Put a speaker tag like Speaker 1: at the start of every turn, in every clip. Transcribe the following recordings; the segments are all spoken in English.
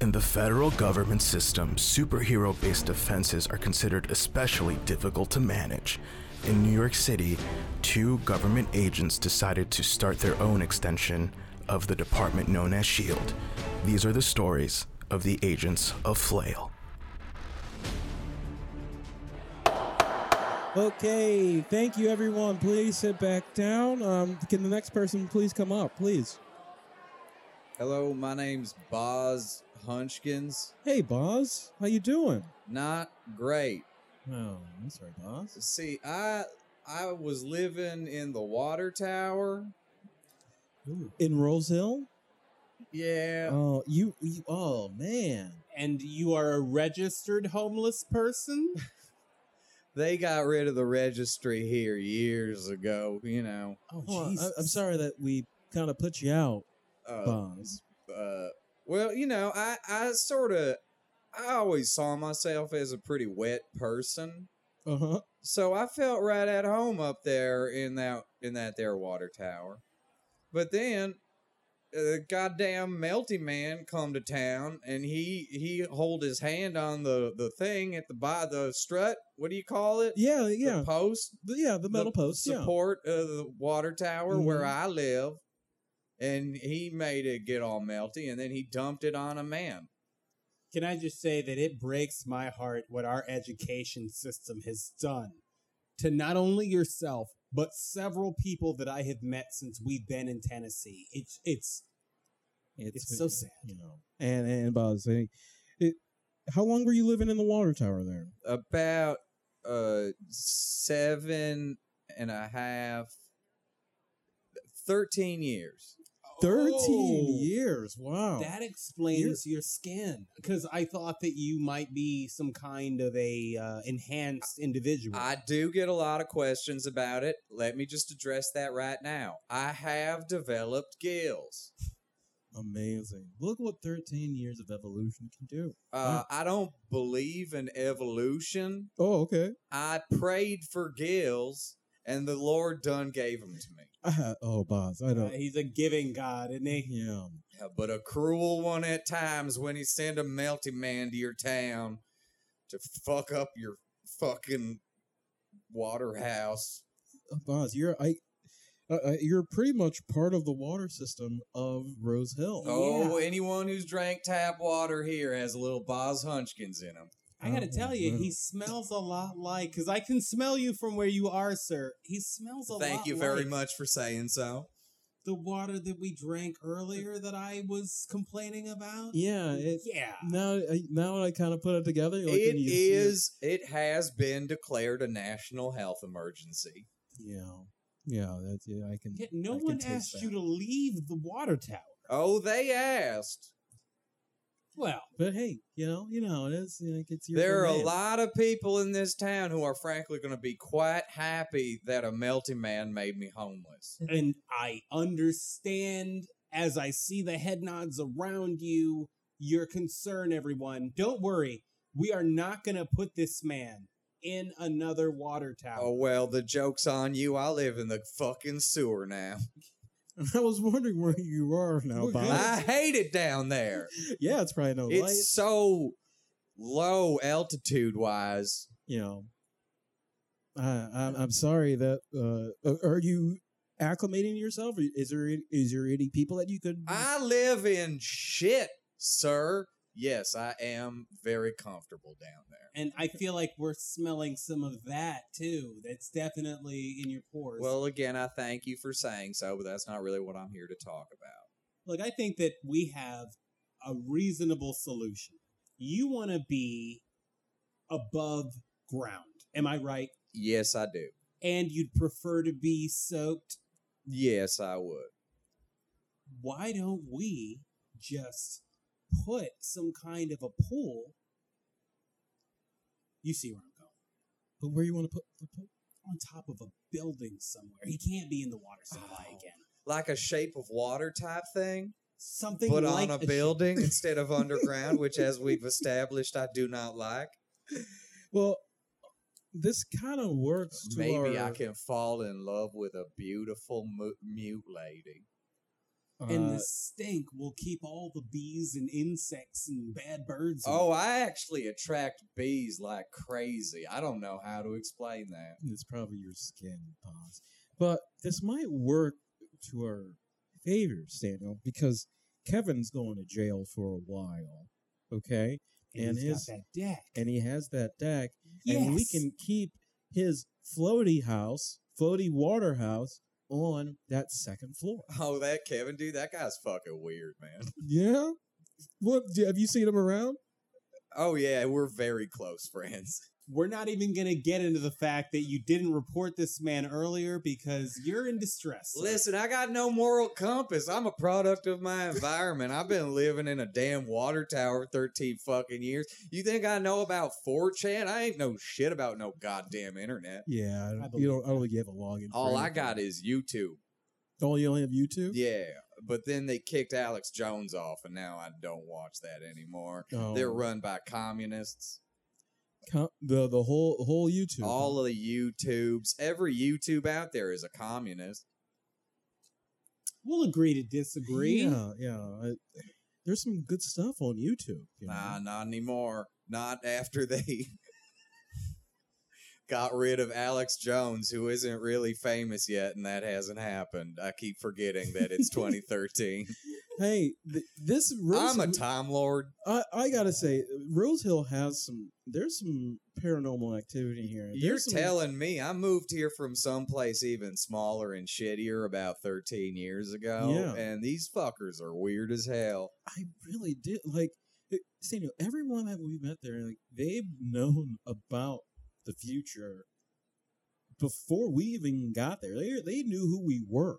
Speaker 1: In the federal government system, superhero based offenses are considered especially difficult to manage. In New York City, two government agents decided to start their own extension of the department known as SHIELD. E These are the stories of the agents of Flail.
Speaker 2: Okay, thank you everyone. Please sit back down. Um, can the next person please come up, please?
Speaker 3: Hello, my name's Boz Hunchkins.
Speaker 2: Hey, Boz, how you doing?
Speaker 3: Not great.
Speaker 2: Oh, I'm sorry, Boz.
Speaker 3: See, I I was living in the water tower.
Speaker 2: In Rose Hill?
Speaker 3: Yeah.
Speaker 2: Oh, you, you. Oh man.
Speaker 4: And you are a registered homeless person?
Speaker 3: They got rid of the registry here years ago, you know.
Speaker 2: Oh, I, am sorry that we kind of put you out,
Speaker 3: Uh,
Speaker 2: Boz.
Speaker 3: uh, well, you know, I I sort of I always saw myself as a pretty wet person.
Speaker 2: Uh huh.
Speaker 3: So I felt right at home up there in that in that there water tower. But then the goddamn melty man come to town and he he hold his hand on the the thing at the by the strut. What do you call it?
Speaker 2: Yeah,
Speaker 3: The
Speaker 2: yeah,
Speaker 3: post.
Speaker 2: The- yeah. The metal post. Yeah.
Speaker 3: Support of the water tower where
Speaker 2: Mhm.
Speaker 3: I live. And he made it get all melty and then he dumped it on a man.
Speaker 4: Can I just say that it breaks my heart what our education system has done to not only yourself but several people that I have met since we've been in Tennessee. It's it's It's so sad.
Speaker 2: You know. And and Boz, I- it, how long were you living in the water tower there?
Speaker 3: about uh seven and a half 13 years
Speaker 2: Thirteen
Speaker 4: Oh,
Speaker 2: years. Wow.
Speaker 4: That explains your skin because I thought that you might be some kind of a uh, enhanced individual.
Speaker 3: i do get a lot of questions about it let me just address that right now i have developed gills
Speaker 2: Amazing. Look what thirteen years of evolution can do.
Speaker 3: uh, i don't believe in evolution
Speaker 2: Oh, okay.
Speaker 3: i prayed for gills and the lord done gave them to me
Speaker 2: I ha- oh, Boz, I
Speaker 4: Uh,
Speaker 2: don't.
Speaker 4: he's a giving god, isn't he?
Speaker 2: Yeah.
Speaker 3: Yeah, but a cruel one at times when he send a melty man to your town to fuck up your fucking water house.
Speaker 2: Uh, Boz, you're I. Uh, uh, you're pretty much part of the water system of Rose Hill.
Speaker 3: Oh, anyone who's drank tap water here has a little Boz Hunchkins in him.
Speaker 4: I gotta
Speaker 2: Oh,
Speaker 4: tell you,
Speaker 2: wow.
Speaker 4: he smells a lot like because I can smell you from where you are, sir. He smells a lot.
Speaker 3: Thank you very
Speaker 4: like
Speaker 3: much for saying so.
Speaker 4: The water that we drank earlier that I was complaining about.
Speaker 2: Yeah. It,
Speaker 4: yeah.
Speaker 2: now, I- now I kind of put it together. Like,
Speaker 3: It
Speaker 2: and you see
Speaker 3: is. It has been declared a national health emergency.
Speaker 2: Yeah. Yeah. That's. Yeah. I can.
Speaker 4: Yet no
Speaker 2: I can
Speaker 4: one
Speaker 2: taste
Speaker 4: asked
Speaker 2: that.
Speaker 4: you to leave the water tower.
Speaker 3: Oh, they asked.
Speaker 4: Well,
Speaker 2: But hey, you know, you know, it is. You know, it gets your
Speaker 3: There are a
Speaker 2: domain.
Speaker 3: lot of people in this town who are frankly going to be quite happy that a melty man made me homeless.
Speaker 4: and I understand as I see the head nods around you, your concern, everyone. Don't worry, we are not going to put this man in another water tower.
Speaker 3: Oh well, the joke's on you. I live in the fucking sewer now.
Speaker 2: I was wondering where you are now,
Speaker 4: We're good.
Speaker 2: Bob.
Speaker 3: I hate it down there.
Speaker 2: Yeah, it's probably no light.
Speaker 3: It's so low altitude wise.
Speaker 2: You know, I, I'm, I'm sorry that. Uh, are- are you acclimating yourself? Is there is there any people that you could?
Speaker 3: I live in shit, sir. Yes, I am very comfortable down there.
Speaker 4: And I feel like we're smelling some of that too. That's definitely in your pores.
Speaker 3: Well, again, I thank you for saying so, but that's not really what I'm here to talk about.
Speaker 4: look, I think that we have a reasonable solution. You want to be above ground. Am I right?
Speaker 3: Yes, I do.
Speaker 4: And you'd prefer to be soaked.
Speaker 3: Yes, I would.
Speaker 4: Why don't we just put some kind of a pool? You see where I'm going.
Speaker 2: But where you want to put? the po-
Speaker 4: On top of a building somewhere. He can't be in the water supply
Speaker 3: Oh.
Speaker 4: again.
Speaker 3: Like a shape of water type thing,
Speaker 4: Something
Speaker 3: but
Speaker 4: like
Speaker 3: on a
Speaker 4: sh-
Speaker 3: building instead of underground, which, as we've established, I do not like.
Speaker 2: Well, this kind of works. To
Speaker 3: Maybe
Speaker 2: our,
Speaker 3: I can fall in love with a beautiful mu- mute lady.
Speaker 4: and
Speaker 2: Uh,
Speaker 4: the stink will keep all the bees and insects and bad birds.
Speaker 3: Oh, I actually attract bees like crazy. I don't know how to explain that.
Speaker 2: It's probably your skin, Pons. But this might work to our favor, Samuel, because Kevin's going to jail for a while, okay? and
Speaker 4: he's got
Speaker 2: his-
Speaker 4: that deck.
Speaker 2: And he has that deck,
Speaker 4: yes.
Speaker 2: and we can keep his floaty house, floaty water house, on that second floor.
Speaker 3: Oh, that Kevin dude, that guy's fucking weird, man.
Speaker 2: Yeah? What? do- Have you seen him around?
Speaker 3: Oh yeah, we're very close friends.
Speaker 4: We're not even gonna get into the fact that you didn't report this man earlier because you're in distress. sir.
Speaker 3: Listen, I got no moral compass. I'm a product of my environment. I've been living in a damn water tower for 13 fucking years. You think I know about 4chan? I ain't know shit about no goddamn internet.
Speaker 2: Yeah, I don't, you
Speaker 4: believe
Speaker 2: don't. I don't think you have a login. for
Speaker 3: All I
Speaker 2: anything.
Speaker 3: got is YouTube.
Speaker 2: Oh, you only have YouTube.
Speaker 3: Yeah, but then they kicked Alex Jones off, and now I don't watch that anymore.
Speaker 2: Oh,
Speaker 3: They're run by communists.
Speaker 2: co- the the whole whole YouTube.
Speaker 3: All of the YouTubes, every YouTube out there is a communist.
Speaker 4: we'll agree to disagree.
Speaker 2: Yeah, yeah. I, there's some good stuff on YouTube. you know.
Speaker 3: Nah, not anymore. Not after they got rid of Alex Jones, who isn't really famous yet, and that hasn't happened. I keep forgetting that it's 2013.
Speaker 2: Hey, th- this Rose,
Speaker 3: I'm a Time Lord.
Speaker 2: I, I gotta say, Rose Hill has some. There's some paranormal activity here. There's
Speaker 3: You're
Speaker 2: some-
Speaker 3: telling me I moved here from someplace even smaller and shittier about 13 years ago,
Speaker 2: Yeah.
Speaker 3: and these fuckers are weird as hell.
Speaker 2: I really did like it- Samuel. Everyone that we met there, like they've known about the future before we even got there. They they knew who we were.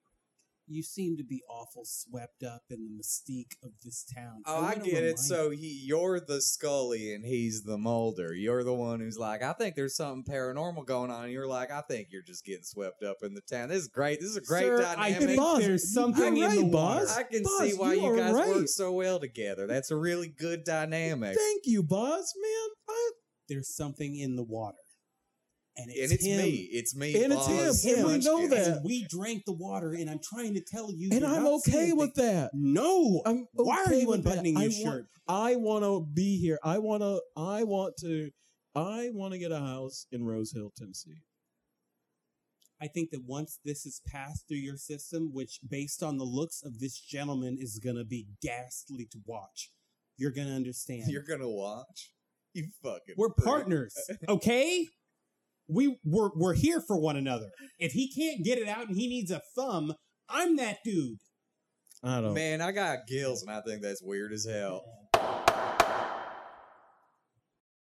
Speaker 4: You seem to be awful swept up in the mystique of this town.
Speaker 3: Oh, I,
Speaker 4: wanna
Speaker 3: get it.
Speaker 4: remind
Speaker 3: So he, you're the Scully and he's the Mulder. You're the one who's like, I think there's something paranormal going on. And you're like, I think you're just getting swept up in the town. This is great. This is a great
Speaker 4: Sir, I
Speaker 3: dynamic. I
Speaker 4: think
Speaker 2: Boss,
Speaker 4: there's something
Speaker 2: you're
Speaker 4: in the
Speaker 2: right,
Speaker 4: water.
Speaker 2: boss.
Speaker 3: can
Speaker 2: Buzz,
Speaker 3: see why
Speaker 2: you
Speaker 3: you,
Speaker 2: are
Speaker 3: guys
Speaker 2: right.
Speaker 3: work so well together. That's a really good dynamic.
Speaker 2: Thank you, Boz, man. I,
Speaker 4: There's something in the water, and it's,
Speaker 3: and it's
Speaker 4: him.
Speaker 3: me. It's me.
Speaker 2: And it's
Speaker 3: Buzz.
Speaker 2: him. And we
Speaker 3: Munchkin.
Speaker 2: know that.
Speaker 4: And we drank the water, and I'm trying to tell you.
Speaker 2: and
Speaker 4: you're
Speaker 2: I'm
Speaker 4: not
Speaker 2: okay
Speaker 4: seeing
Speaker 2: with
Speaker 4: things.
Speaker 2: that.
Speaker 4: No,
Speaker 2: I'm
Speaker 4: why are
Speaker 2: okay
Speaker 4: you
Speaker 2: with that.
Speaker 4: unbuttoning
Speaker 2: I
Speaker 4: your
Speaker 2: want-
Speaker 4: shirt?
Speaker 2: I want to be here. I want to. I want to. I want to get a house in Rose Hill, Tennessee.
Speaker 4: I think that once this is passed through your system, which based on the looks of this gentleman is gonna be ghastly to watch, you're gonna understand.
Speaker 3: You're going to watch. You fucking.
Speaker 4: we're
Speaker 3: freak.
Speaker 4: partners, okay? We we're we're here for one another. If he can't get it out and he needs a thumb, I'm that dude.
Speaker 2: I don't.
Speaker 3: Man, I got gills and I think that's weird as hell.